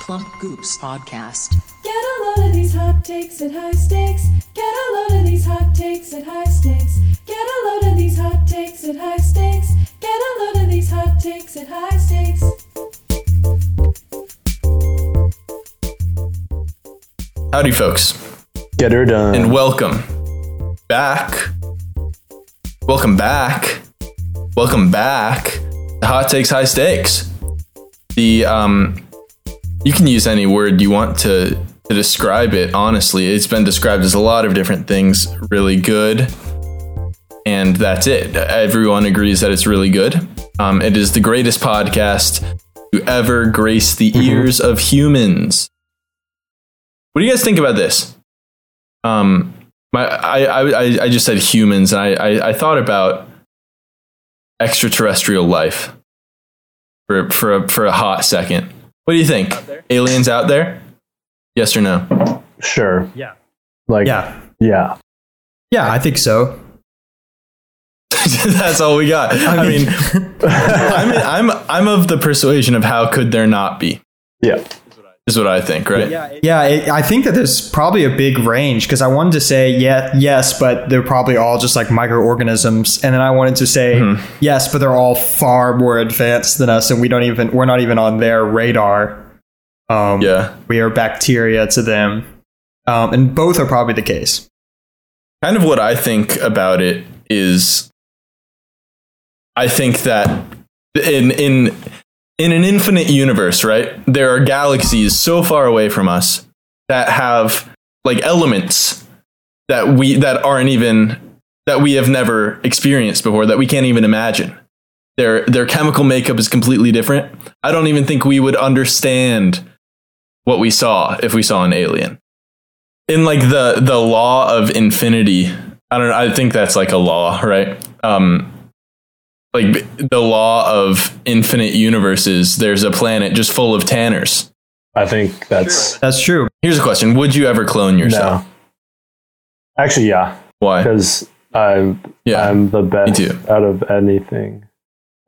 Plump Goops Podcast. Get a load of these hot takes at high stakes. Get a load of these hot takes at high stakes. Get a load of these hot takes at high stakes. Get a load of these hot takes at high stakes. Howdy, folks, Get her done. and welcome back. Welcome back. Welcome back. The Hot Takes High Stakes. The um, you can use any word you want to to describe it. Honestly, it's been described as a lot of different things. Really good, and that's it. Everyone agrees that it's really good. Um, it is the greatest podcast to ever grace the ears of humans. What do you guys think about this? um my I I I I just said humans and I I, I thought about extraterrestrial life for for a, for a hot second. What do you think? Aliens out there? Yes or no? sure. Yeah. Like, yeah. Yeah. Yeah, I think so. That's all we got. I, mean, I'm I'm I'm of the persuasion of how could there not be Yeah. is what I think, right? Yeah. yeah, it, I think that there's probably a big range because I wanted to say yeah, yes, but they're probably all just like microorganisms, and then I wanted to say yes, but they're all far more advanced than us, and we don't even we're not even on their radar. Um, we are bacteria to them, um, and both are probably the case. Kind of what I think about it is I think that in in in an infinite universe, right? There are galaxies so far away from us that have like elements that we that aren't even that we have never experienced before that we can't even imagine. Their their chemical makeup is completely different. I don't even think we would understand what we saw if we saw an alien. In like the the law of infinity, I don't know, I think that's like a law, right? Um like b- the law of infinite universes, there's a planet just full of tanners. I think that's That's true. Here's a question: Would you ever clone yourself? no. Actually, yeah, Why? because I'm Yeah, I'm the best too. out of anything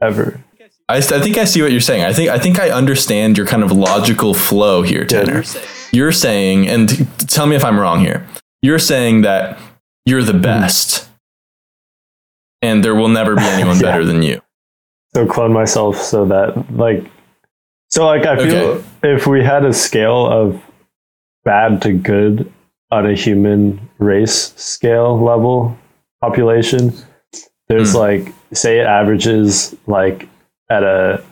ever. I, s- I think I see what you're saying. I think I think I understand your kind of logical flow here, Tanner. You're saying, and t- tell me if I'm wrong here. You're saying that you're Hmm. the best, and there will never be anyone Yeah. better than you. So clone myself so that like, so like I feel Okay. if we had a scale of bad to good on a human race scale level population, there's Hmm. like say it averages like at a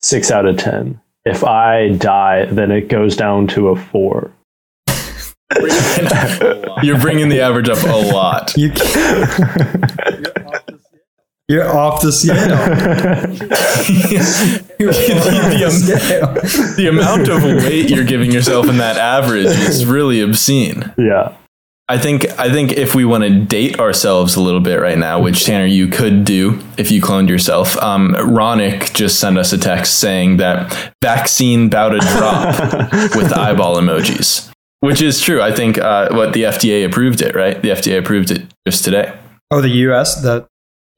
six out of ten. If I die, then it goes down to a four. You're bringing the average up a lot. You you're off the scale. You're off the scale. the amount of weight you're giving yourself in that average is really obscene. yeah. I think I think if we want to date ourselves a little bit right now, which Tanner you could do if you cloned yourself. Um, Ronick just sent us a text saying that vaccine bout a drop with eyeball emojis, which is true. I think uh, what the FDA approved it, right? The FDA approved it just today. Oh, the U.S. The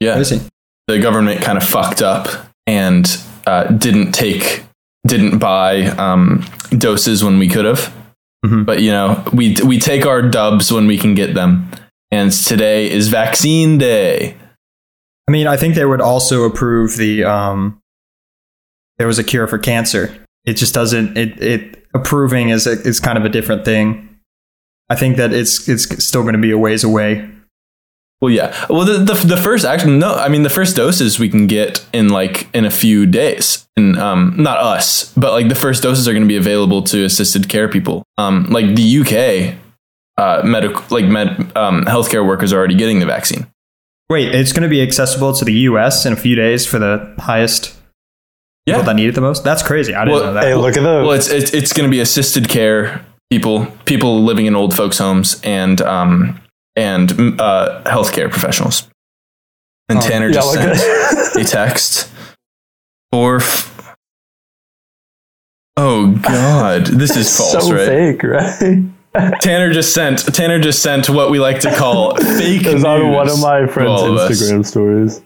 Yeah, where is he? the government kind of fucked up and uh, didn't take didn't buy um, doses when we could have Mhm. but you know we we take our dubs when we can get them and today is vaccine day I mean, I think they would also approve the um there was a cure for cancer. It just doesn't it it approving is a, is kind of a different thing. I think that it's it's still going to be a ways away. well yeah well the, the, the first action no i mean the first doses we can get in like in a few days and um not us but like the first doses are going to be available to assisted care people um like the uk uh medical like med um healthcare workers are already getting the vaccine Wait, it's going to be accessible to the U.S. in a few days for the highest Yeah. people that need it the most. That's crazy. I didn't Well, know Hey, that. look at the Well, it's it's, it's going to be assisted care people, people living in old folks' homes, and um and mm, uh, healthcare professionals. And Oh. Tanner yeah, just look sent at, a text. Or f- oh god, this is false, so right? fake, right? Tanner just sent Tanner just sent what we like to call fake It news was on one of my to friend's all of us. Instagram stories.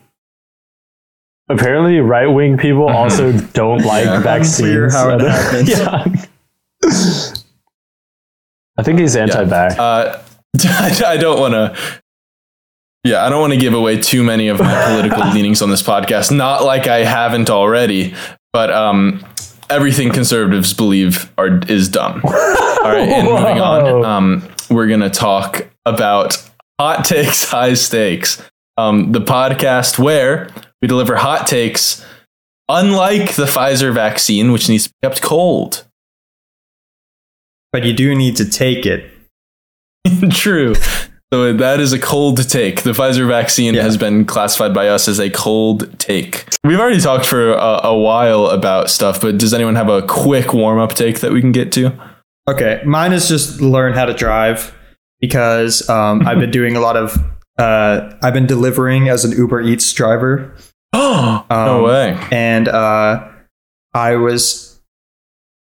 apparently right wing people also don't like Yeah. Unclear vaccines. how it I don't- happens. yeah. I think he's anti-vax. Uh, I don't want to. Yeah, I don't want to give away too many of my political leanings on this podcast. Not like I haven't already, but um, everything conservatives believe are is dumb. All right, and moving Whoa. on, um, we're gonna talk about hot takes, high stakes. Um, the podcast where we deliver hot takes, unlike the Pfizer vaccine, which needs to be kept cold. But you do need to take it. True. So that is a cold take. The Pfizer vaccine Yeah. has been classified by us as a cold take. We've already talked for a, a while about stuff, but does anyone have a quick warm up take that we can get to? Okay, mine is just learn how to drive because um, I've been doing a lot of. Uh, I've been delivering as an Uber Eats driver Oh, Um, no way. and uh, I was.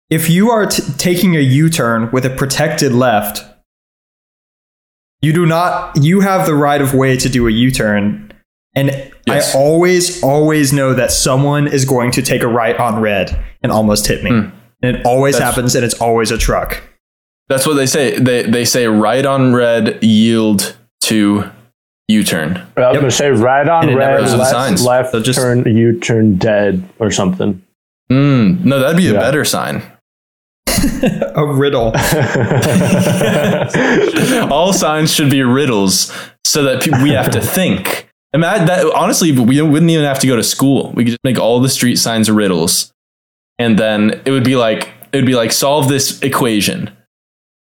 If you are t- taking a U turn with a protected left, you do not. You have the right of way to do a U turn, and Yes. I always, always know that someone is going to take a right on red and almost hit me. And it always Hmm. That's- happens, and it's always a truck. That's what they say. They, they say right on red, yield to U turn. I was gonna say right on And it never red, goes to the left, signs. left So just- turn, U turn dead or something. Mm, no, that'd be a Yeah. better sign. A riddle. All signs should be riddles so that pe- we have to think. And that, that- honestly, we wouldn't even have to go to school. We could just make all the street signs riddles, and then it would be like it would be like solve this equation,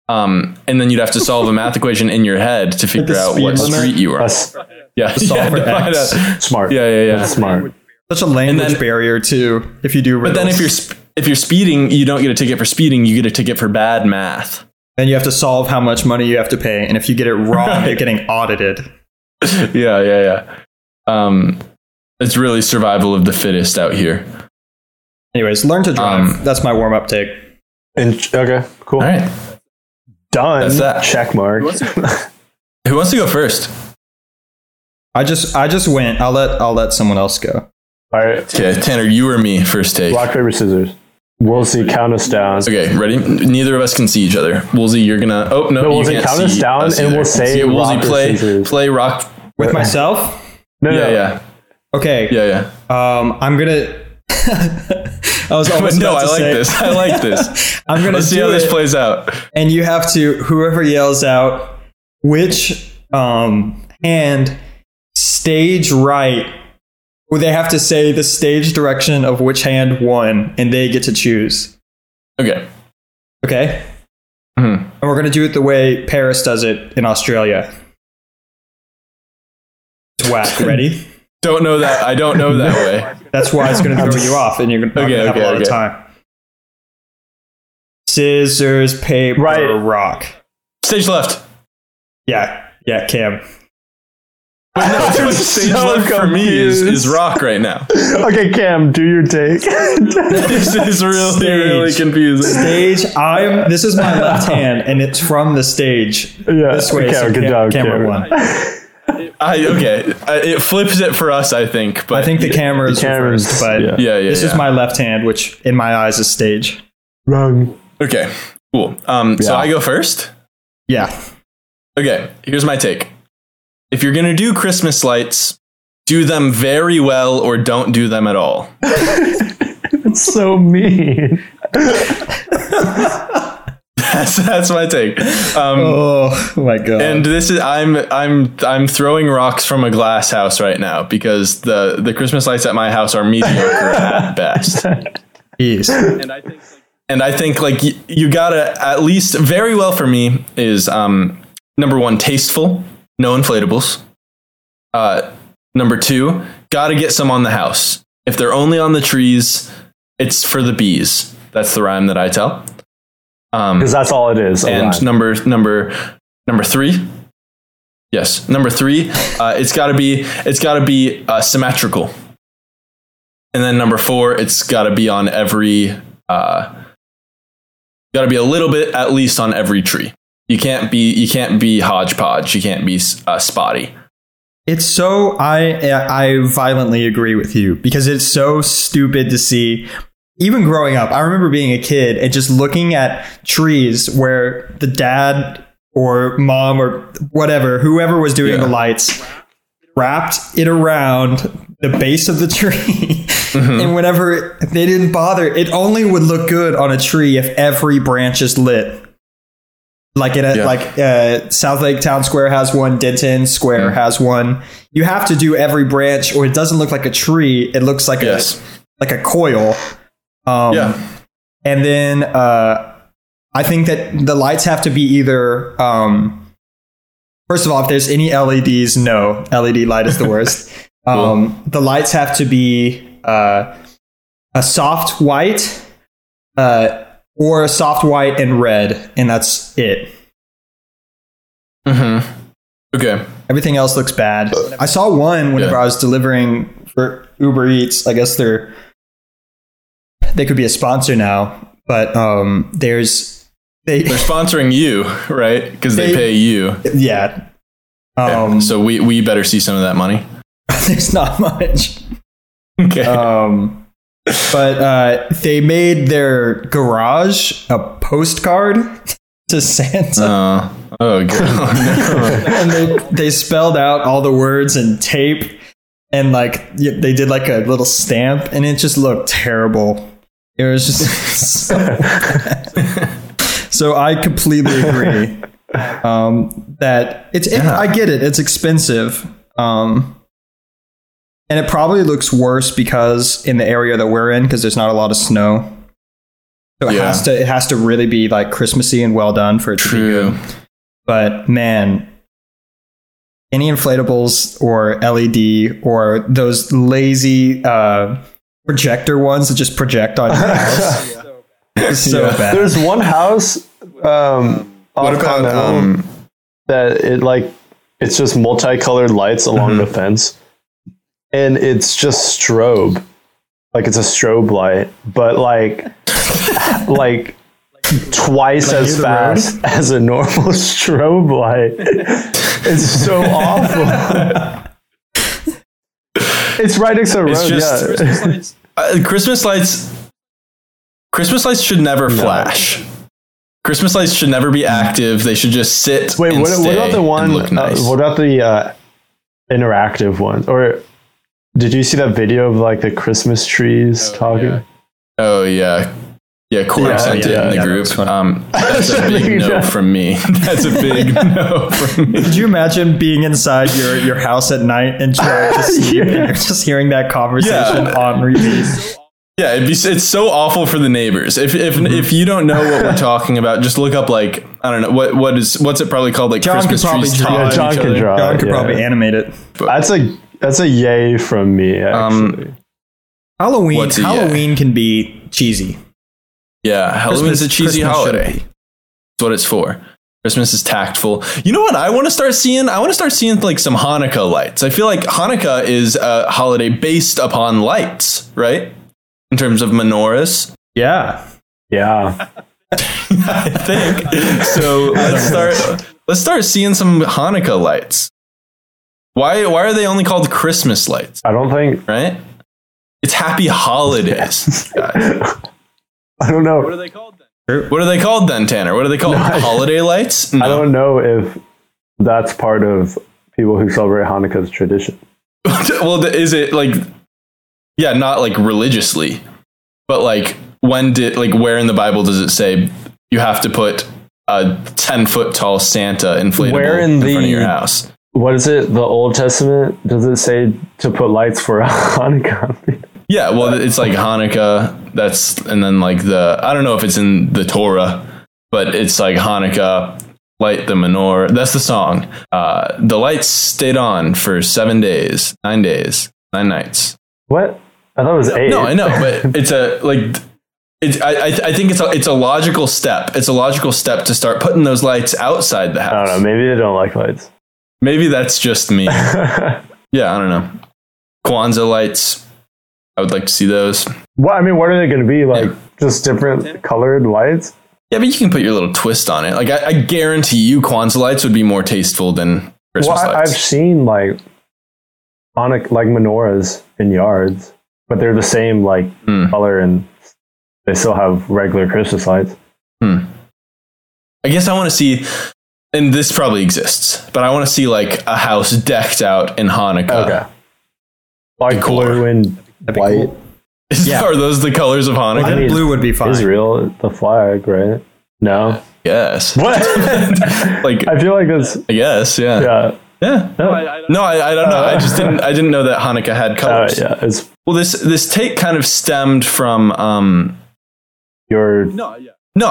um, and then you'd have to solve a math equation in your head to figure out speed what limit? street you are. That's Yeah, solve yeah, for to find X. out. smart. yeah, yeah, yeah. That's smart. Such a language then- barrier too. If you do, riddles. But then if you're sp- if you're speeding, you don't get a ticket for speeding. You get a ticket for bad math. then you have to solve how much money you have to pay, and if you get it wrong, you're getting audited. yeah, yeah, yeah. Um, it's really survival of the fittest out here. Anyways, learn to drive. Um, That's my warm up take. And, okay, cool. All right. Done. That's that. Check mark. Who wants to go first? I just I just went. I'll let I'll let someone else go. All right. Okay, Tanner, you or me, first take. Rock, paper, scissors. Woolsey, count us down. Okay, ready? Neither of us can see each other. Woolsey, you're gonna. Oh no, No, you Woolsey, can't count see us down and either. we'll say Yeah, Woolsey, rock or play, scissors. play rock. With myself? No, Yeah, no. yeah, Okay. yeah, yeah. Um I'm gonna I was But almost no, I about to like say- this. I like this. I'm gonna Let's see do how this it, plays out. And you have to whoever yells out which um hand stage right well, they have to say the stage direction of which hand won and they get to choose. Okay. Okay? Mhm. And we're gonna do it the way Paris does it in Australia. It's Whack, ready? Don't know that. I don't know that way. That's why it's going to throw you off, and you're going to Okay, have okay, a lot of okay. time. Scissors, paper, Right. rock. Stage left. Yeah, yeah, Cam. But no, that's what stage so left for me is, confused. is rock right now. Okay, Cam, do your take. this is really really Stage. confusing. Stage. I'm. This is my left hand, and it's from the stage. yeah. This way, okay, so good Cam- job, camera Cam. one. I okay. I, it flips it for us, I think. But I think the camera is camera's- reversed, but yeah. yeah, yeah. this is yeah. my left hand, which in my eyes is stage. Wrong. okay. Cool. Um, so Yeah. I go first. Yeah. Okay, here's my take. If you're gonna do Christmas lights, do them very well or don't do them at all. That's so mean. That's that's my take. Um, Oh my god. And this is I'm I'm I'm throwing rocks from a glass house right now because the the Christmas lights at my house are mediocre at best. Jeez. and I think like y- you gotta at least very well for me is um, number one tasteful, no inflatables. Uh, number two, gotta get some on the house. If they're only on the trees, it's for the bees. That's the rhyme that I tell. Um, Because that's all it is. a and rhyme. number number number three, yes, number three, uh, it's gotta be it's gotta be uh, symmetrical. And then number four, it's gotta be on every uh, got to be a little bit at least on every tree. You can't be you can't be hodgepodge. You can't be uh, spotty. It's so I I violently agree with you because it's so stupid to see. Even growing up, I remember being a kid and just looking at trees where the dad or mom or whatever, whoever was doing Yeah. the lights, wrapped it around the base of the tree. Mm-hmm. and whenever they didn't bother, it only would look good on a tree if every branch is lit. Like in a Yeah. like uh, South Lake Town Square has one, Denton Hmm. Square has one. You have to do every branch, or it doesn't look like a tree. It looks like Yes. a like a coil. Um, yeah. and then uh, I think that the lights have to be either. Um, first of all, if there's any LEDs, no LED light is the worst. um, the lights have to be uh, a soft white, uh, or a soft white and red, and that's it. Mm-hmm. Okay. Everything else looks bad. I saw one whenever Yeah. I was delivering for Uber Eats. I guess they're they could be a sponsor now, but um, there's they They're sponsoring you, right? Because they, They- pay you. yeah. Okay. Um, so we, we better see some of that money. there's not much. Okay. Um, but uh, they made their garage a postcard to Santa, Uh, oh, God. and they they spelled out all the words in tape, and like y- they did like a little stamp, and it just looked terrible. It was just so So I completely agree um, that it's. It, Yeah. I get it. It's expensive, um, and it probably looks worse because in the area that we're in, because there's not a lot of snow. So it Yeah. has to. It has to really be like Christmassy and well done for it to be True. but man any inflatables or led or those lazy uh, projector ones that just project on your house It's so Yeah. bad There's one house um, on What about Continental um, that it like it's just multicolored lights along Mm-hmm. the fence, and it's just strobe, like it's a strobe light, but like like twice Like near as the fast as a normal strobe light. it's so awful. it's right next to the road. It's just- yeah. uh, Christmas lights? Christmas lights should never flash. Christmas lights should never be active. They should just sit. Wait, and what, what stay about the and one? Look nice. Uh, what about the uh, interactive one? Or did you see that video of like the Christmas trees talking? oh yeah, yeah. Corey Yeah, sent yeah, it in the yeah, that was group. funny. Um, that's a big no from me. That's a big no from me. could you imagine being inside your, your house at night and trying to sleep and you're just hearing that conversation Yeah. on repeat Yeah, it'd be, it's so awful for the neighbors. If if if you don't know what we're talking about, just look up like I don't know what what is what's it probably called like John could Christmas probably trees draw- tall yeah, at John each could other. draw. john could yeah. probably animate it That's a that's a yay from me. Um, Actually. halloween What's a- yeah. halloween can be cheesy Yeah, Halloween's Christmas- a cheesy Christmas shouldn't holiday. be. That's what it's for. Christmas is tactful. You know what I want to start seeing? I want to start seeing like some Hanukkah lights. I feel like Hanukkah is a holiday based upon lights, right? In terms of menorahs, yeah yeah, I think. so let's start. Let's start seeing some Hanukkah lights. Why? Why are they only called Christmas lights? I don't think right? It's happy holidays. guys. I don't know. they called then? What are they called then, Tanner? What are they called? Holiday lights? I No. don't know if that's part of people who celebrate Hanukkah's tradition. well, th- is it like, yeah, not like religiously, but like when did, like, where in the Bible does it say you have to put a 10 foot tall Santa inflatable Where in in, front the- of your house? What is it? The Old Testament does it say to put lights for Hanukkah? Yeah, well, it's like Hanukkah. That's, and then like the, I don't know if it's in the Torah, but it's like Hanukkah, light the menorah. That's the song. Uh, the lights stayed on for seven days, nine days, nine nights. what? I thought it was eight. No, I know, but it's a, like, it's, I, I, I think it's a, it's a logical step. It's a logical step to start putting those lights outside the I house. don't know. Maybe they don't like lights. Maybe that's just me. yeah, I don't know. Kwanzaa lights. I would like to see those. What I mean, what are they going to be like? Just different colored lights? Yeah, but you can put your little twist on it. Like I, I guarantee you, Kwanzaa lights would be more tasteful than Christmas well, I, I've lights. seen like on a, like menorahs in yards, but they're the same like Hmm. color and they still have regular Christmas lights. I guess I want to see, and this probably exists, but I want to see like a house decked out in Hanukkah. Okay. Like cooler. blue and That'd be white. cool. Yeah. Are those the colors of Hanukkah? I mean, blue would be fine. Israel, the flag, right? No. yes. What? Like, I feel like that's I guess, yeah. Yeah. yeah. No, I, Uh, I don't know. I just didn't. I didn't know that Hanukkah had Uh, colors. yeah. It's Well, this this take kind of stemmed from. Um, your no,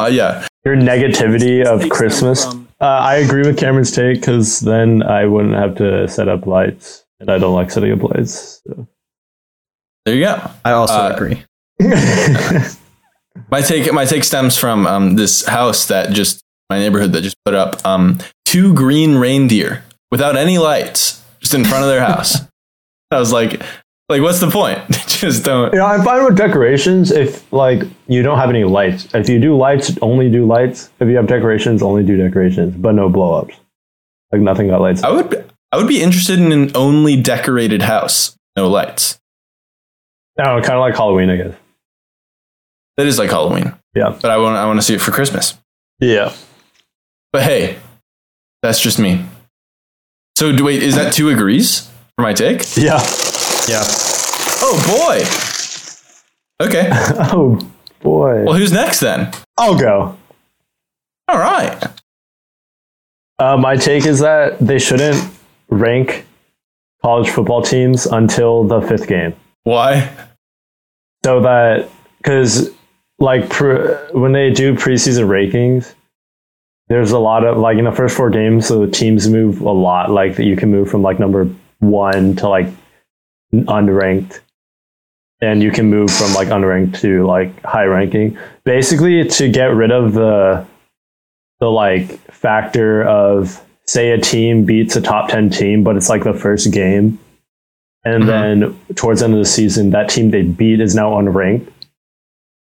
yeah, your negativity of Christmas. Uh, I agree with Cameron's take because then I wouldn't have to set up lights, and I don't like setting up lights. so. there you go. I also Uh, agree. My take my take stems from um, this house that just my neighborhood that just put up um, two green reindeer without any lights just in front of their house. I was like, like what's the point? just don't. Yeah, I'm fine with decorations if like you don't have any lights. If you do lights, only do lights. If you have decorations, only do decorations, but no blow ups. Like nothing got lights. Oh, I would I would be interested in an only decorated house, no lights. No, kind of like Halloween, I guess. That is like Halloween, Yeah. but I want I want to see it for Christmas. Yeah. But hey, that's just me. So do, wait, is that two agrees for my take? Yeah. Yeah. Oh boy. Okay. Oh boy. Well, who's next then? I'll go. All right. Uh, my take is that they shouldn't rank college football teams until the fifth game. Why? so that because like pre, when they do preseason rankings there's a lot of like in the first four games so the teams move a lot like that you can move from like number one to like n- unranked and you can move from like unranked to like high ranking basically to get rid of the the like factor of say a team beats a top 10 team but it's like the first game and then towards the end of the season, that team they beat is now unranked.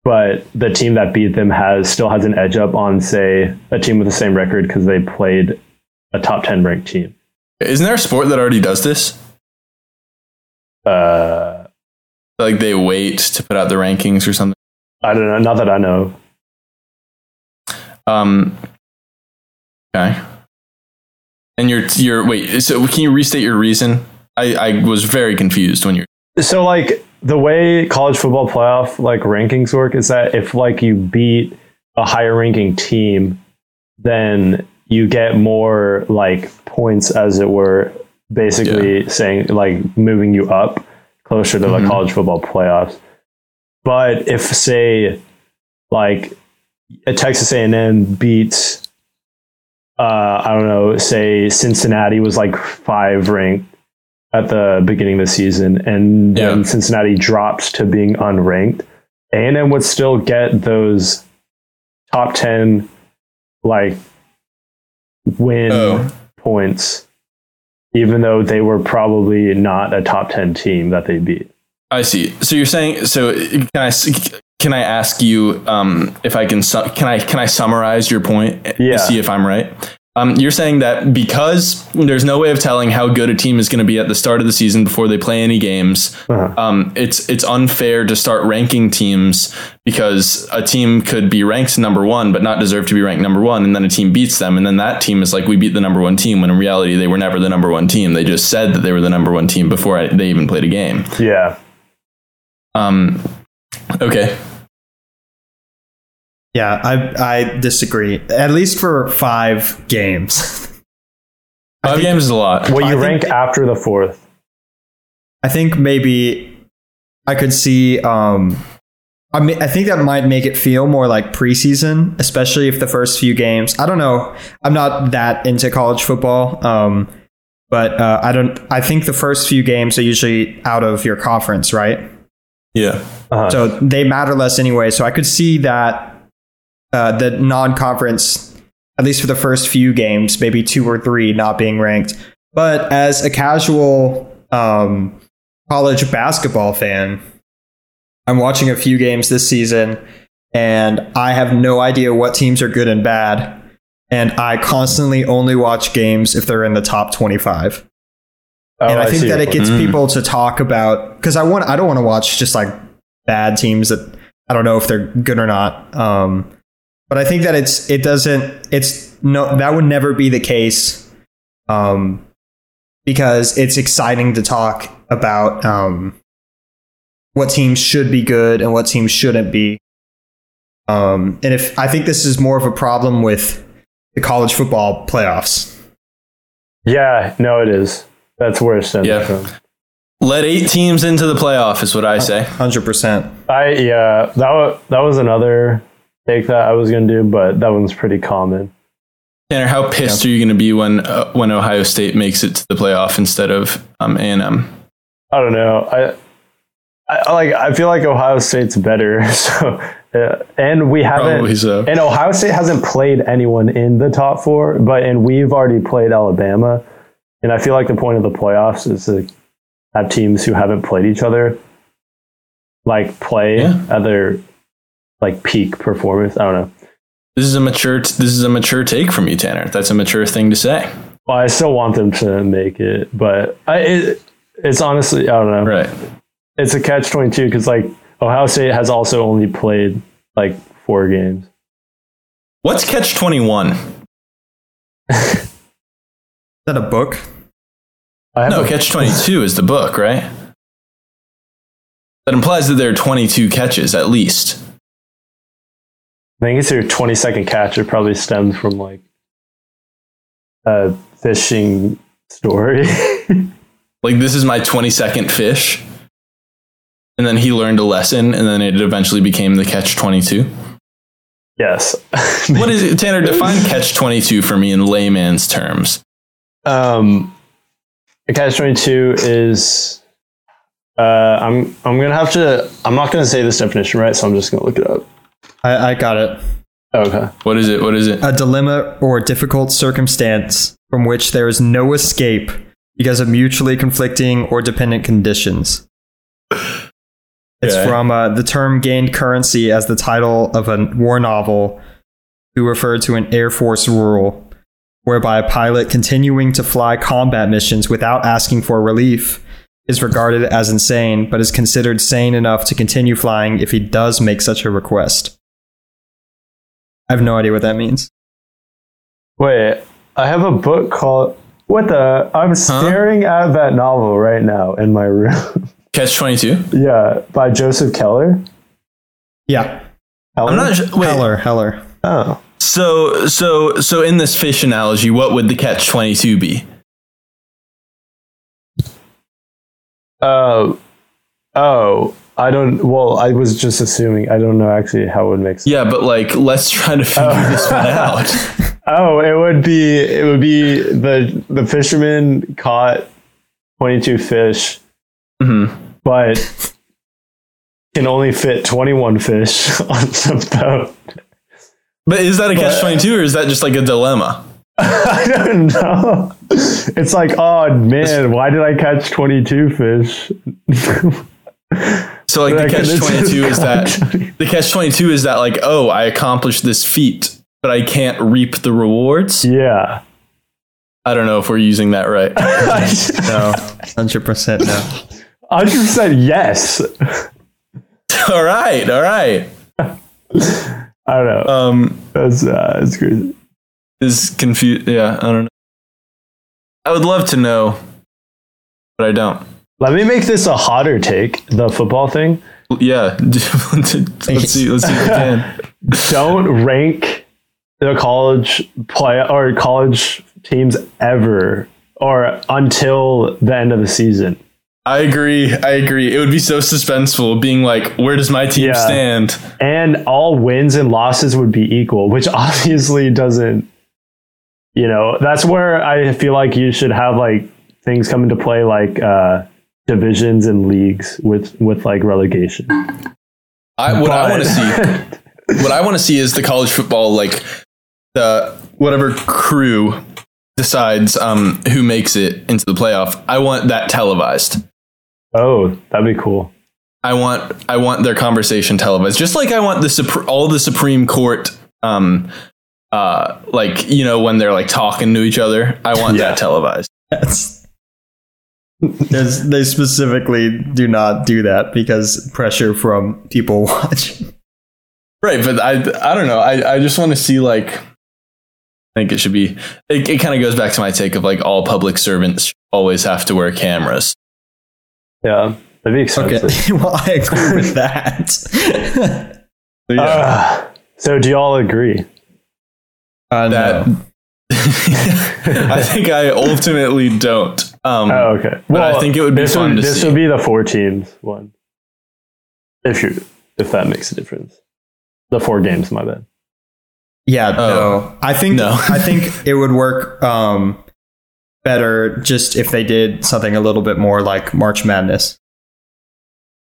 But the team that beat them has still has an edge up on, say, a team with the same record because they played a top ten ranked team. Isn't there a sport that already does this? Uh, Like they wait to put out the rankings or something. I don't know, not that I know. of. Um. Okay. And your your wait. So can you restate your reason? I I was very confused when you. So like the way college football playoff like rankings work is that if like you beat a higher ranking team, then you get more like points as it were, basically saying like moving you up closer to the college football playoffs. But if say like a Texas A&M beats uh, I don't know, say Cincinnati was like five ranked at the beginning of the season, and Yeah. then Cincinnati drops to being unranked. A&M would still get those top ten like win Oh. points, even though they were probably not a top ten team that they beat. I see. So you're saying. So can I s- can I ask you um if I can su- can I can I summarize your point Yeah. to see if I'm right. Um, you're saying that because there's no way of telling how good a team is going to be at the start of the season before they play any games, Uh-huh. um, it's it's unfair to start ranking teams because a team could be ranked number one but not deserve to be ranked number one, and then a team beats them, and then that team is like we beat the number one team when in reality they were never the number one team. They just said that they were the number one team before I, they even played a game. Yeah, Um, okay, Yeah, I I disagree. At least for five games. five games is a lot. well, I you think rank they- after the fourth. I think maybe I could see. Um, I mean, I think that might make it feel more like preseason, especially if the first few games. I don't know. I'm not that into college football, um, but uh, I don't. I think the first few games are usually out of your conference, right? Yeah, Uh-huh. So they matter less anyway. So I could see that uh, the non-conference, at least for the first few games, maybe two or three, not being ranked. But as a casual um, college basketball fan, I'm watching a few games this season, and I have no idea what teams are good and bad. And I constantly only watch games if they're in the top 25. Oh, and I, think see that your it point. gets people to talk about because I want I don't want to watch just like bad teams that I don't know if they're good or not. Um, but I think that it's it doesn't it's no that would never be the case um, because it's exciting to talk about um, what teams should be good and what teams shouldn't be. Um, and if I think this is more of a problem with the college football playoffs. Yeah, no, it is. That's where it stems Yeah. from. Let eight teams into the playoff is what I say. 100%. I yeah, that wa- that was another take that I was gonna do, but that one's pretty common. Tanner, how pissed are you going to be when uh, when Ohio State makes it to the playoff instead of um, A&M? I don't know. I, I I like. I feel like Ohio State's better. So, uh, and we haven't. Probably so. And Ohio State hasn't played anyone in the top four, but and we've already played Alabama. And I feel like the point of the playoffs is to have teams who haven't played each other like play Yeah. at their like peak performance. I don't know. This is a mature t- this is a mature take from you, Tanner. That's a mature thing to say. Well, I still want them to make it, but I, it, it's honestly, I don't know. Right. It's a catch 22 because, like, Ohio State has also only played like four games. What's catch 21? Is that a book? I have No, a- catch 22 is the book, right? That implies that there are 22 catches at least. I think it's your 20 second catch. It probably stems from like a fishing story. Like this is my 22nd fish. And then he learned a lesson and then it eventually became the catch 22. yes. What is it, Tanner? Define catch 22 for me in layman's terms. um, a catch 22 is. Uh, I'm I'm gonna have to. I'm not gonna say this definition right, so I'm just gonna look it up. I, I got it. Okay. What is it? What is it? a dilemma or difficult circumstance from which there is no escape because of mutually conflicting or dependent conditions. It's Okay. from uh, the term gained currency as the title of a war novel who referred to an Air Force rule whereby a pilot continuing to fly combat missions without asking for relief is regarded as insane but is considered sane enough to continue flying if he does make such a request. I have no idea what that means. Wait, I have a book called What the I'm staring at that novel right now in my room. Catch 22? yeah, by Joseph Keller. Yeah. Keller? I'm not sure. Wait. Heller, Heller. Oh. So, so, so in this fish analogy, what would the catch 22 be? Uh, oh, I don't well, I was just assuming. I don't know actually how it would make sense. Yeah, but like, let's try to figure this one out. Oh, it would be it would be the the fisherman caught 22 fish, Mhm. but can only fit 21 fish on the boat. But is that a catch 22 or is that just like a dilemma? I don't know. It's like, oh man, why did I catch 22 fish? So like the Like, catch this is 22 is that contrary. the catch 22 is that like, oh, I accomplished this feat, but I can't reap the rewards. yeah. I don't know if we're using that right. No. 100% no. I just said yes. all right, all right. I don't know. Um, That's, uh, that's crazy. is confused. Yeah, I don't know. I would love to know, but I don't. Let me make this a hotter take the football thing. Yeah, let's see. Let's see if we can. Don't rank the college play or college teams ever or until the end of the season. I agree. I agree. It would be so suspenseful being like, where does my team Yeah. stand? and all wins and losses would be equal, which obviously doesn't. You know, that's where I feel like you should have like things come into play, like uh, divisions and leagues with with like relegation. I, what I want to see But- what I want to see is the college football, like the whatever crew decides um, who makes it into the playoff. I want that televised. oh, that'd be cool. I want I want their conversation televised, just like I want the Supre- all the Supreme Court, um, uh, like you know when they're like talking to each other. I want Yeah. that televised. That's, There's, they specifically do not do that because pressure from people watching. Right, but I I don't know. I, I just want to see like I think it should be it, it kind of goes back to my take of like all public servants always have to wear cameras. Yeah, that'd be expensive. well, I agree with that. So, Uh, yeah. Ah, so do y'all agree? Uh, no. That I think I ultimately don't. Um Oh, okay. But I think it would be this fun Would, to this see. would be the four teams one. If you, if that makes a difference, the four games. My bad. Yeah, Oh. no. I think No. I think it would work um, better just if they did something a little bit more like March Madness,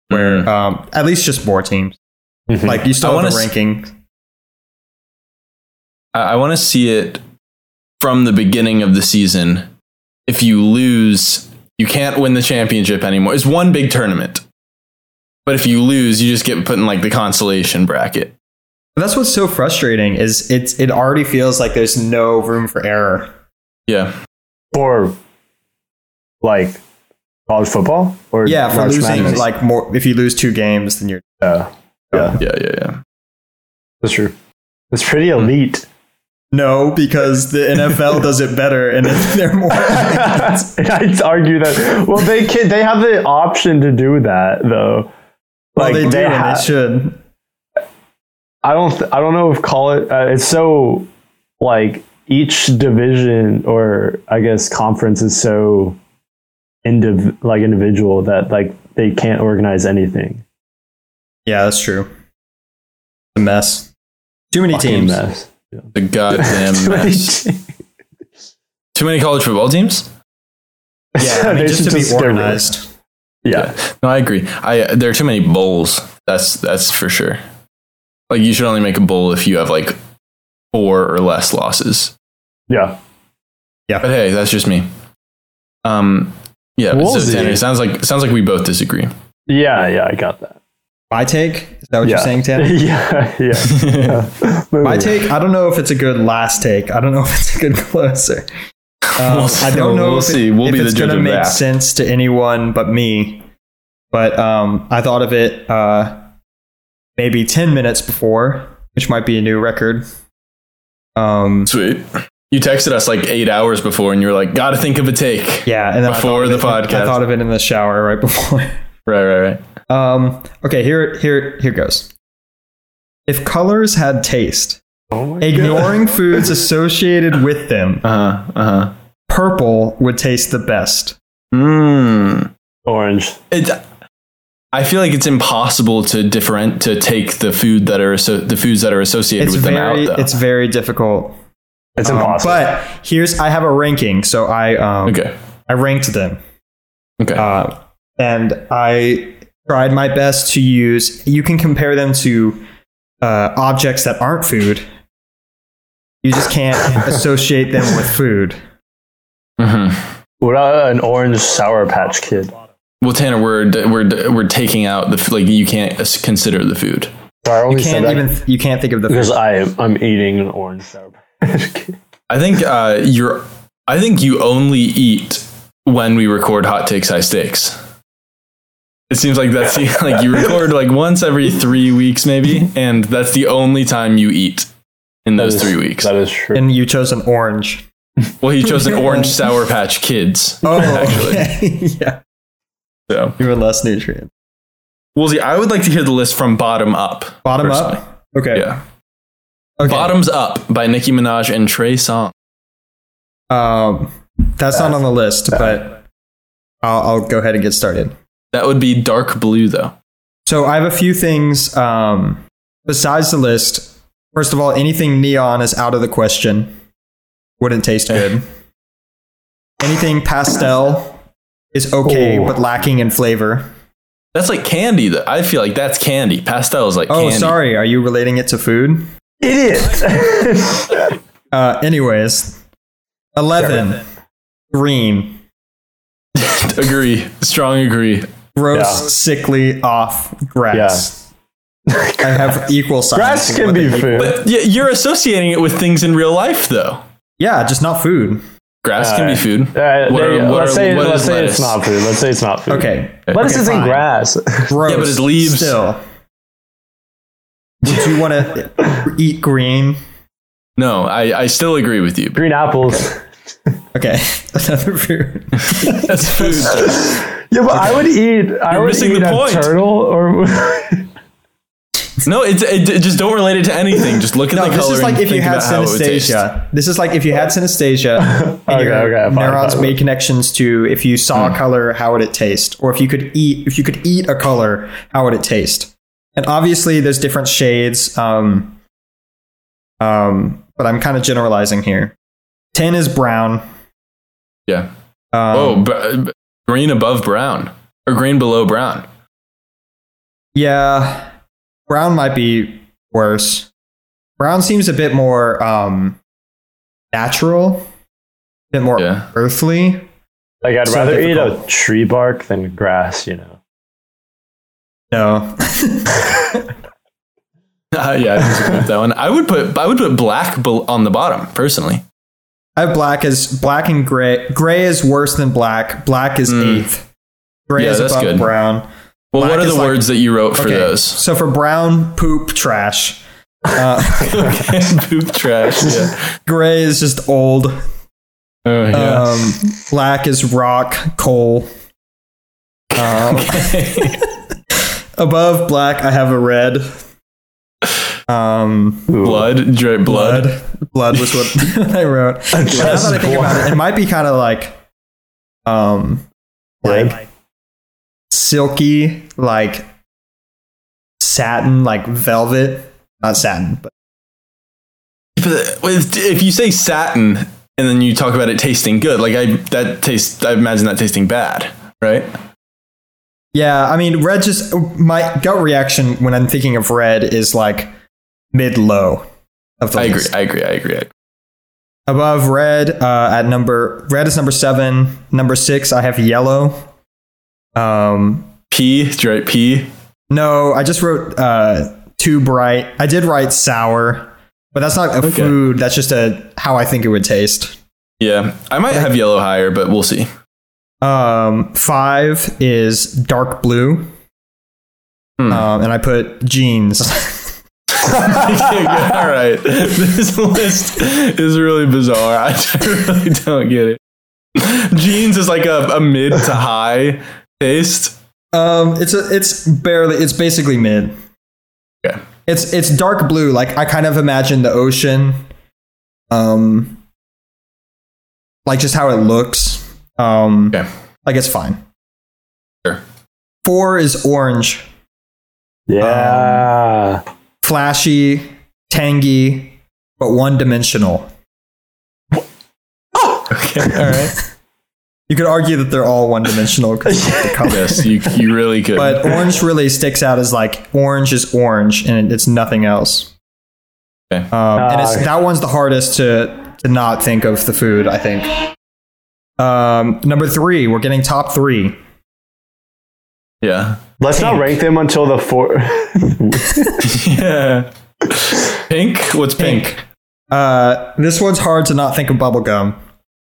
where um, at least just more teams. Mhm. Like you I still wanna have s- the ranking. I, I want to see it from the beginning of the season. If you lose, you can't win the championship anymore. It's one big tournament. But if you lose, you just get put in like the consolation bracket. But that's what's so frustrating is it's it already feels like there's no room for error. Yeah. for like college football or Yeah, for March losing Madness? like more if you lose two games then you're yeah, yeah, Yeah, yeah, yeah. that's true. It's pretty Mm-hmm. elite. no because the NFL does it better and if they're more I'd argue that. Well, they can. They have the option to do that though. well, they do ha- and they should. I don't. Th- I don't know if call it. Uh, it's so like each division or I guess conference is so indiv- like individual that like they can't organize anything. Yeah, that's true. It's a mess. Too many Fucking teams. mess. The goddamn Too many mess. teams. Too many college football teams? Yeah, I They mean, just should to just be get rid of it. organized. Yeah. No, I agree. I there are too many bowls. That's that's for sure. Like you should only make a bowl if you have like four or less losses. Yeah. But hey, that's just me. Um yeah, so Woolsey. Tanner, it sounds like sounds like we both disagree. Yeah. Yeah. I got that. My take? Is that what yeah. you're saying, Tanner? yeah. Yeah. Moving My on. take? I don't know if it's a good last take. I don't know if it's a good closer. Um, We'll I see. don't know We'll if, it- see. We'll if be the it's judge going to of make that. sense to anyone but me. But um, I thought of it uh, maybe 10 minutes before, which might be a new record. Um, Sweet. You texted us like eight hours before and you were like, gotta think of a take. yeah, and then I thought Before of the it- I podcast. thought of it in the shower right before. Right, right, right. Um, okay, here, here, here goes. If colors had taste, Oh my ignoring foods associated with them, Uh-huh. Uh-huh. purple would taste the best. Mmm. God. Orange. It I feel like it's impossible to different to take the food that are asso- the foods that are associated It's with very, them out though. it's very difficult. It's Um, impossible. but here's, I have a ranking, so I um, okay. I ranked them, Okay. uh, and I tried my best to use. You can compare them to uh, objects that aren't food. You just can't associate them with food. hmm what about an orange Sour Patch Kid? Well, Tanner, we're we're we're taking out the f- like you can't as- consider the food. So I only said Can't that even you can't think of the food. because I am I'm eating an orange Sour Patch Kid. I think uh, you're. I think you only eat when we record hot takes, high stakes. It seems like that's the, like you record like once every three weeks, maybe, and that's the only time you eat in That those is- three weeks. That is true. and you chose an orange. Well, he chose an orange Sour Patch Kids. Oh, Actually. yeah, So, even less nutrients. Woolsey, I would like to hear the list from bottom up. Bottom personally. up. Okay. yeah. okay. Bottoms Up by Nicki Minaj and Trey Song. Um, that's not on the list, but I'll, I'll go ahead and get started. That would be dark blue, though. So I have a few things um, besides the list. First of all, anything neon is out of the question. Wouldn't taste good. anything pastel is okay, Ooh. but lacking in flavor. That's like candy. Though. I feel like that's candy. Pastel is like Oh, candy. sorry. Are you relating it to food? Idiot. Uh, anyways, 11. Green. agree. Strong agree. Gross, Yeah. sickly, off, grass. I have equal size. Grass can be food. But y- you're associating it with things in real life, though. Yeah, just not food. Grass Uh, can be food. All right, What there are- you go. what let's are- say, what let's is say it's lettuce? not food. Let's say it's not food. Okay. Lettuce Okay, is in fine. grass. Gross. but it's leaves. Still. Would you want to eat green? No, I, I still agree with you. Green apples. Okay. Another food. That's food. Yeah, but I would eat. I You're would missing eat the a point. turtle or. no, it's it, it- just don't relate it to anything. Just look at No, the this color is like and if you think had about how it would taste. synesthesia. This is like if you had synesthesia and Okay, your okay, fine, neurons fine. made connections to if you saw Hmm. a color, how would it taste? Or if you could eat if you could eat a color, how would it taste? And obviously there's different shades, um, um, but I'm kind of generalizing here. Tin is brown. Yeah. Um, oh, br- br- green above brown or green below brown. Yeah. Brown might be worse. Brown seems a bit more um natural, a bit more Yeah. earthly. Like I'd So rather eat difficult. a tree bark than grass. You know. No. Uh, yeah, I disagree with that one. I would put I would put black bel- on the bottom personally. I have black as black and gray. Gray is worse than black. Black is Mm. eighth. Gray Yeah, is that's above good. brown. Well, Black what are is the like- words that you wrote for Okay, those? So for brown, poop, trash. Uh, okay, poop trash. Yeah. gray is just old. Oh, yeah. Um, black is rock, coal. Um, above black, I have a red. Um, Ooh. blood. Dra- blood. blood. Blood was what I wrote. Now that I think about it, it might be kind of like, um, Red? like silky, like satin, like velvet. Not satin, but But if, if you say satin and then you talk about it tasting good, like I that tastes, I imagine that tasting bad, right? yeah. I mean, red. Just my gut reaction when I'm thinking of red is like mid low. Of the I agree. list. I agree. I agree. I agree. Above red uh, at number red is number seven. Number six, I have yellow. Um, Pea, did you write pea? no, I just wrote uh, too bright. I did write sour, but that's not a Okay. food. That's just a how I think it would taste. Yeah, I might have yellow higher, but we'll see. Um, five is dark blue, Hmm. um, and I put jeans. All right, this list is really bizarre. I really don't get it. Jeans is like a, a mid to high taste. Um, it's a, it's barely, it's basically mid. Okay. It's it's dark blue. Like I kind of imagine the ocean, um, like just how it looks. Um, Okay. like it's fine. Sure. Four is orange, Yeah. flashy, tangy, but one dimensional. Okay, all right. You could argue that they're all one dimensional because of the color. Yes, you you really could. But orange really sticks out as like orange is orange and it's nothing else. Okay. Um, and it's, that one's the hardest to, to not think of the food, I think. Um, number three, we're getting top three. yeah, Let's not rank them until the four. yeah. Pink. What's pink? Uh, this one's hard to not think of bubblegum,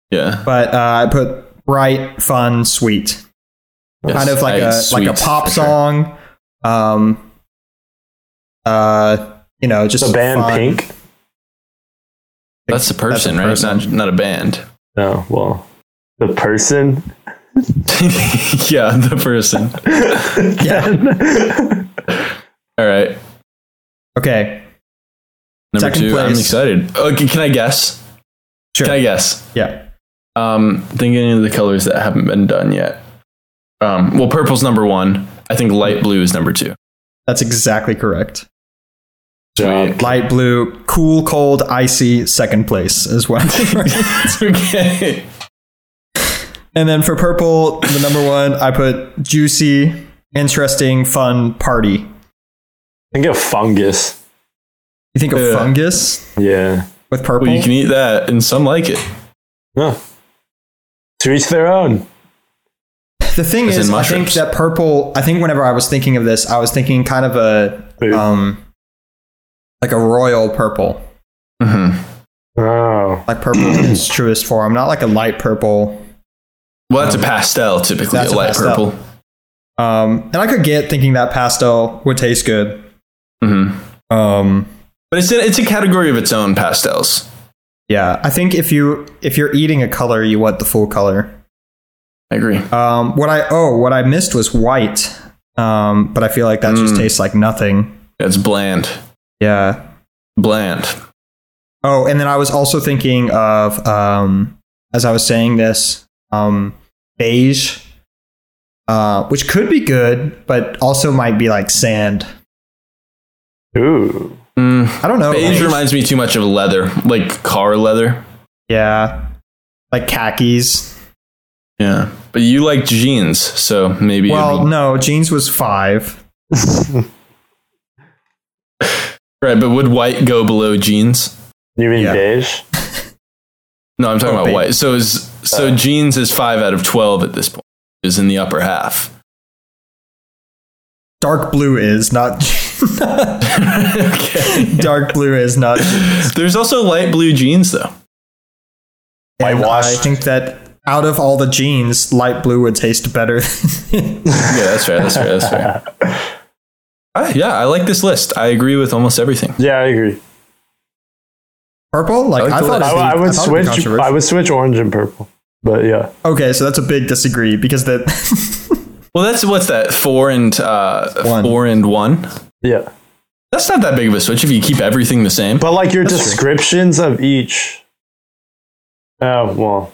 Yeah. but uh, I put bright, fun, sweet. Yes, kind of like I- a sweet, like a pop for sure. song. Um, uh, you know, just the band fun. Pink. That's a person, right? person. Not not a band. No, well, the person. yeah, the person. Yeah. All right. Okay. Number Second two. I'm place. excited. Okay, can I guess? Sure. Can I guess? yeah. Um, thinking of the colors that haven't been done yet. Um, well, purple's number one. I think light blue is number two. That's exactly correct. Job. Light blue, cool, cold, icy, second place is what. It's okay. and then for purple, the number one, I put juicy, interesting, fun, party. You Think of fungus. think of Yeah. fungus Yeah. with purple? Well, you can eat that, and some like it. No. To each their own. the thing As in is, I think mushrooms. that purple. I think whenever I was thinking of this, I was thinking kind of a Food. um, like a royal purple. Mhm. Oh. Oh, like purple in its truest form, not like a light purple. Well, that's a pastel typically, a That's a light pastel. purple. Um, and I could get thinking that pastel would taste good. hmm Um, But it's a, it's a category of its own pastels. yeah, I think if you if you're eating a color, you want the full color. I agree. Um, what I oh what I missed was white, um, but I feel like that just Mm. tastes like nothing. That's bland. Yeah, Bland. Oh, and then I was also thinking of um, as I was saying this, um, beige, uh, which could be good, but also might be like sand. ooh, Mm. I don't know. Beige like- reminds me too much of leather, like car leather. yeah, like khakis. Yeah. But you like jeans, so maybe. Well, it'd no, jeans was five. be- right, but would white go below jeans? you mean Yeah. beige? No, I'm talking Oh, about babe. white. So is so jeans is five out of twelve at this point. Is in the upper half. Dark blue is not. okay. dark blue is not. There's also light blue jeans though. And I Whitewashed. think that out of all the jeans, light blue would taste better. Yeah, that's fair. That's fair. That's fair. Ah, yeah, I like this list. I agree with almost everything. Yeah, I agree. Purple, like I like I, the thought. list. it'd I, I be- would thought it'd be switch. controversial. I would switch orange and purple. But yeah, Okay, so that's a big disagree because that Well, that's what's that four and uh, One. four and one. yeah. That's not that big of a switch if you keep everything the same. But like your That's true. descriptions of each. Oh well,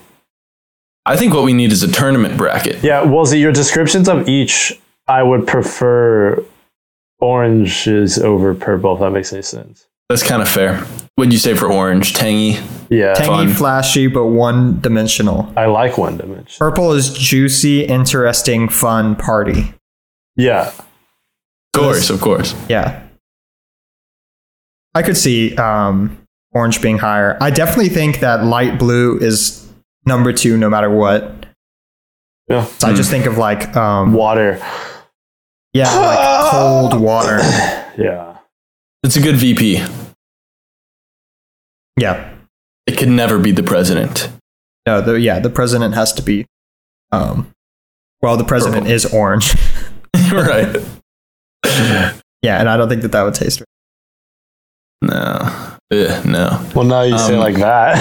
I think what we need is a tournament bracket. yeah. Well, see, your descriptions of each, I would prefer oranges over purple. If that makes any sense. That's kind of fair. What'd you say for orange? Tangy. Yeah, tangy, fun. flashy, but one dimensional. I like one dimension. Purple is juicy, interesting, fun, party. Yeah, Of course, of course. Yeah. I could see um, orange being higher. I definitely think that light blue is number two no matter what. yeah. So Hmm. I just think of like, um, Water. yeah, like cold water. Yeah. It's a good VP. Yeah. It could never be the president. No, the, yeah, the president has to be. Um, well, the president Purple. is orange. right. yeah, and I don't think that that would taste No. Ugh, no. Well, now you Um, say it like that.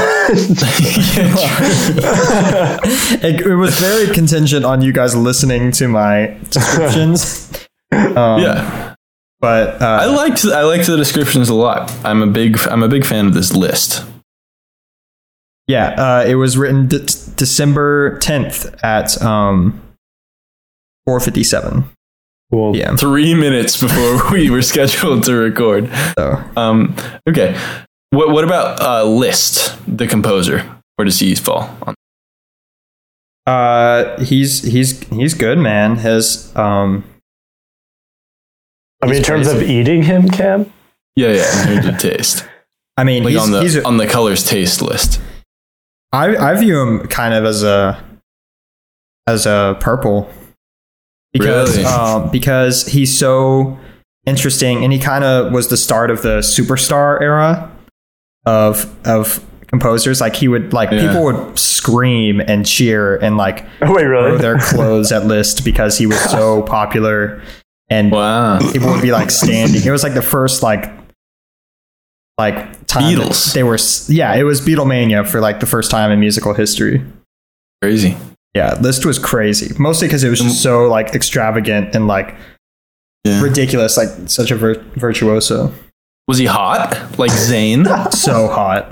it, it was very contingent on you guys listening to my descriptions. Um, yeah. but I uh, liked I liked the descriptions a lot. I'm a big I'm a big fan of this list. yeah, uh, it was written de- December tenth at um, four fifty seven. well, Yeah. Three minutes before we were scheduled to record. So Um, okay. What what about uh, List, the composer? Where does he fall? On? uh, he's he's he's good, man. His um, I mean, in He's terms of eating him, Cam. Yeah, yeah. in terms of taste, I mean, like he's, on the he's a- on the colors taste list. I I view him kind of as a as a purple because Really? um, because he's so interesting and he kind of was the start of the superstar era of of composers like he would like Yeah. people would scream and cheer and like Wait, throw really? their clothes at list because he was so popular and Wow. people would be like standing. It was like the first like like time that Beatles. They were s- yeah, it was Beatlemania for like the first time in musical history. Crazy. Yeah, list was crazy. Mostly because it was just so like extravagant and like Mm. Yeah. ridiculous, like such a vir- virtuoso, Was he hot? Like Zayn? so hot.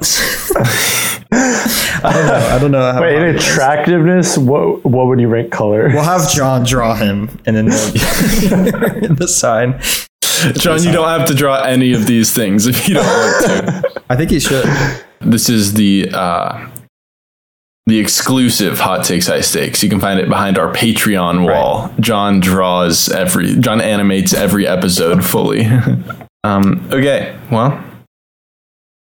I don't know. I don't know. How Wait, hot in he was. attractiveness, what what would you rank color? We'll have John draw him, and then we'll the sign. John, you don't have to draw any of these things if you don't want to. I think he should. This is the uh, the exclusive hot takes high stakes. You can find it behind our Patreon wall. John draws every John animates every episode fully. um, okay, well,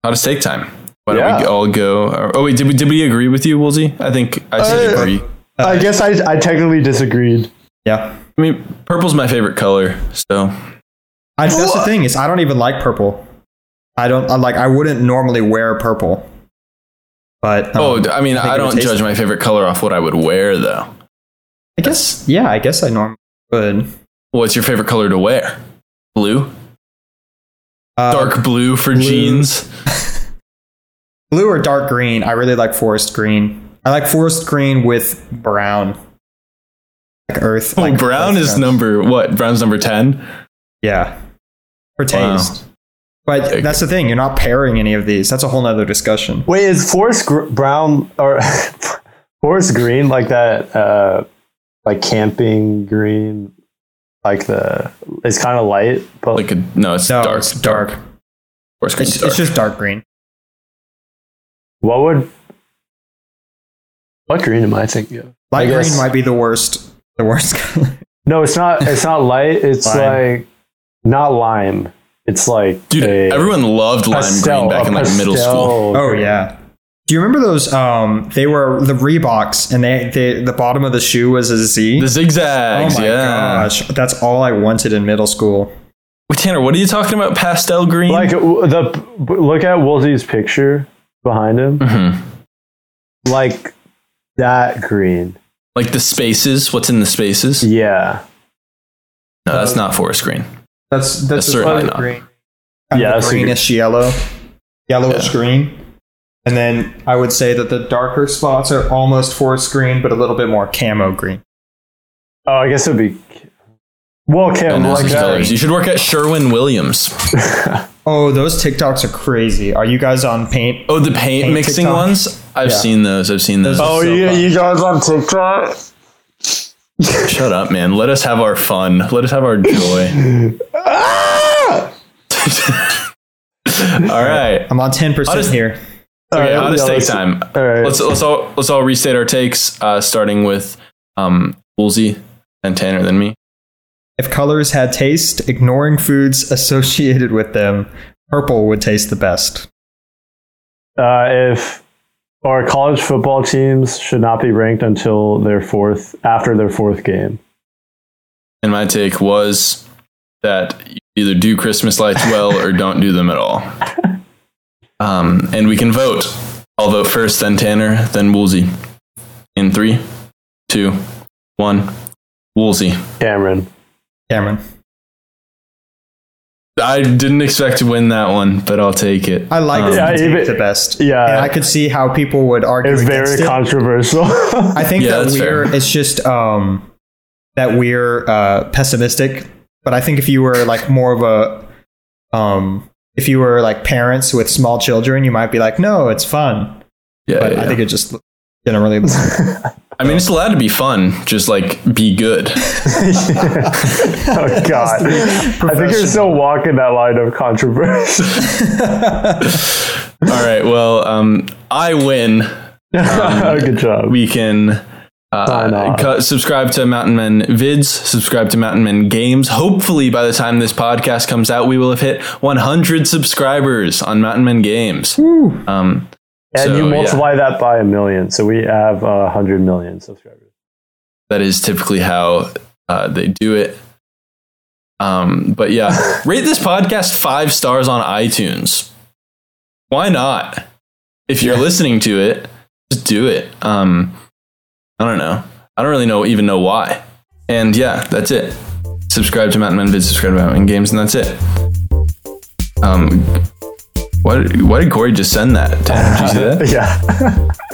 hottest take time. Why don't we Yeah. all go? or- oh wait, did we did we agree with you, Woolsey? I think I said Uh, agree. I guess I, I technically disagreed. Yeah, I mean, purple's my favorite color, so I, that's the thing is I don't even like purple. I don't I, like. I wouldn't normally wear purple. But um, Oh, I mean, I, think it would don't taste- judge my favorite color off what I would wear, though. I guess yeah, I guess I normally would. What's your favorite color to wear? Blue? Uh, Dark blue for blue. jeans? blue or dark green. I really like forest green. I like forest green with brown, like earth. Oh, like brown earth is tone. number what? Brown's number 10? Yeah, for Wow. taste. But Okay. that's the thing. You're not pairing any of these. That's a whole nother discussion. Wait, is forest gr- brown or forest green like that? Uh, like camping green, like the it's kind of light, but Like a no, it's No, dark. it's dark. Forest green's It's, dark. it's just dark green. what would what green am I thinking of? Light green guess- might be the worst. The worst color. No, it's not. It's not light. It's Lime. like not lime. It's like Dude, a everyone loved lime green pastel- back a in like middle school. pastel Oh green. yeah. Do you remember those? Um, they were the Reeboks, and they, they the bottom of the shoe was a Z. The zigzags, oh my yeah. gosh, that's all I wanted in middle school. Wait, Tanner, what are you talking about? Pastel green? Like w- the b- look at Woolsey's picture behind him, Mhm. Mm-hmm. like that green. like the spaces? What's in the spaces? Yeah, No, that's not forest green. That's That's just certainly like not. green. Kind Yeah, of that's a good- greenish yellow, yellowish green, and then I would say that the darker spots are almost forest green, but a little bit more camo green. Oh, I guess it'd be. Well, Kim, And those like are colors. that, You should work at Sherwin Williams. Oh, those TikToks are crazy. Are you guys on paint? Oh, the paint, Paint mixing TikTok. ones? I've Yeah. seen those. I've seen those. Those oh, So you, fun. you guys on TikTok? Shut up, man. Let us have our fun. Let us have our joy. Ah! all right. I'm on ten percent Honest- here. Okay, All right, honest yeah, take let's- time. All right. Let's let's all let's all restate our takes, uh, starting with um, Woolsey and Tanner, then me. If colors had taste, ignoring foods associated with them, purple would taste the best. uh, if our college football teams should not be ranked until their fourth after their fourth game. And my take was that you either do Christmas lights well or don't do them at all. Um, and we can vote. I'll vote first, then Tanner, then Woolsey. In three, two, one, Woolsey. Cameron, Cameron, I didn't expect to win that one, but I'll take it. Um, I like Um, Yeah, that you even- take the best. yeah. and I could see how people would argue. it's against very it. controversial. I think Yeah, that that's we're fair. it's just um that we're uh pessimistic. But I think if you were like more of a um if you were like parents with small children, you might be like, no, it's fun. yeah, But yeah, I yeah. think it just generally I mean, it's allowed to be fun. Just like be good. oh God, I think you're still walking that line of controversy. All right. Well, um, I win. Good job. We can Sign uh, off. cu- subscribe to Mountain Men Vids. Subscribe to Mountain Men Games. Hopefully, by the time this podcast comes out, we will have hit 100 subscribers on Mountain Men Games. Um, and so, you yeah. multiply that by a million, so we have uh, hundred million subscribers. that is typically how uh, they do it. Um, but yeah, rate this podcast five stars on iTunes. Why not? If you're listening to it, just do it. Um, I don't know. I don't really know even know why. And yeah, that's it. Subscribe to Mountain Men Vid, subscribe to Mountain Men Games, and that's it. Um, why did, why did Corey just send that? Tanner, Did you see that? Yeah.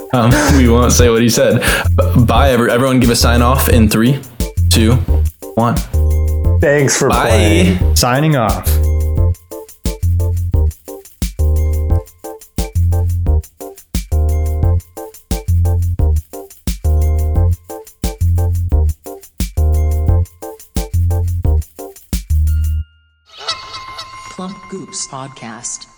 Um, we won't say what he said. B- Bye, every- everyone. Give a sign off in three, two, one. Thanks for Bye. playing. signing off. Plump Goops Podcast.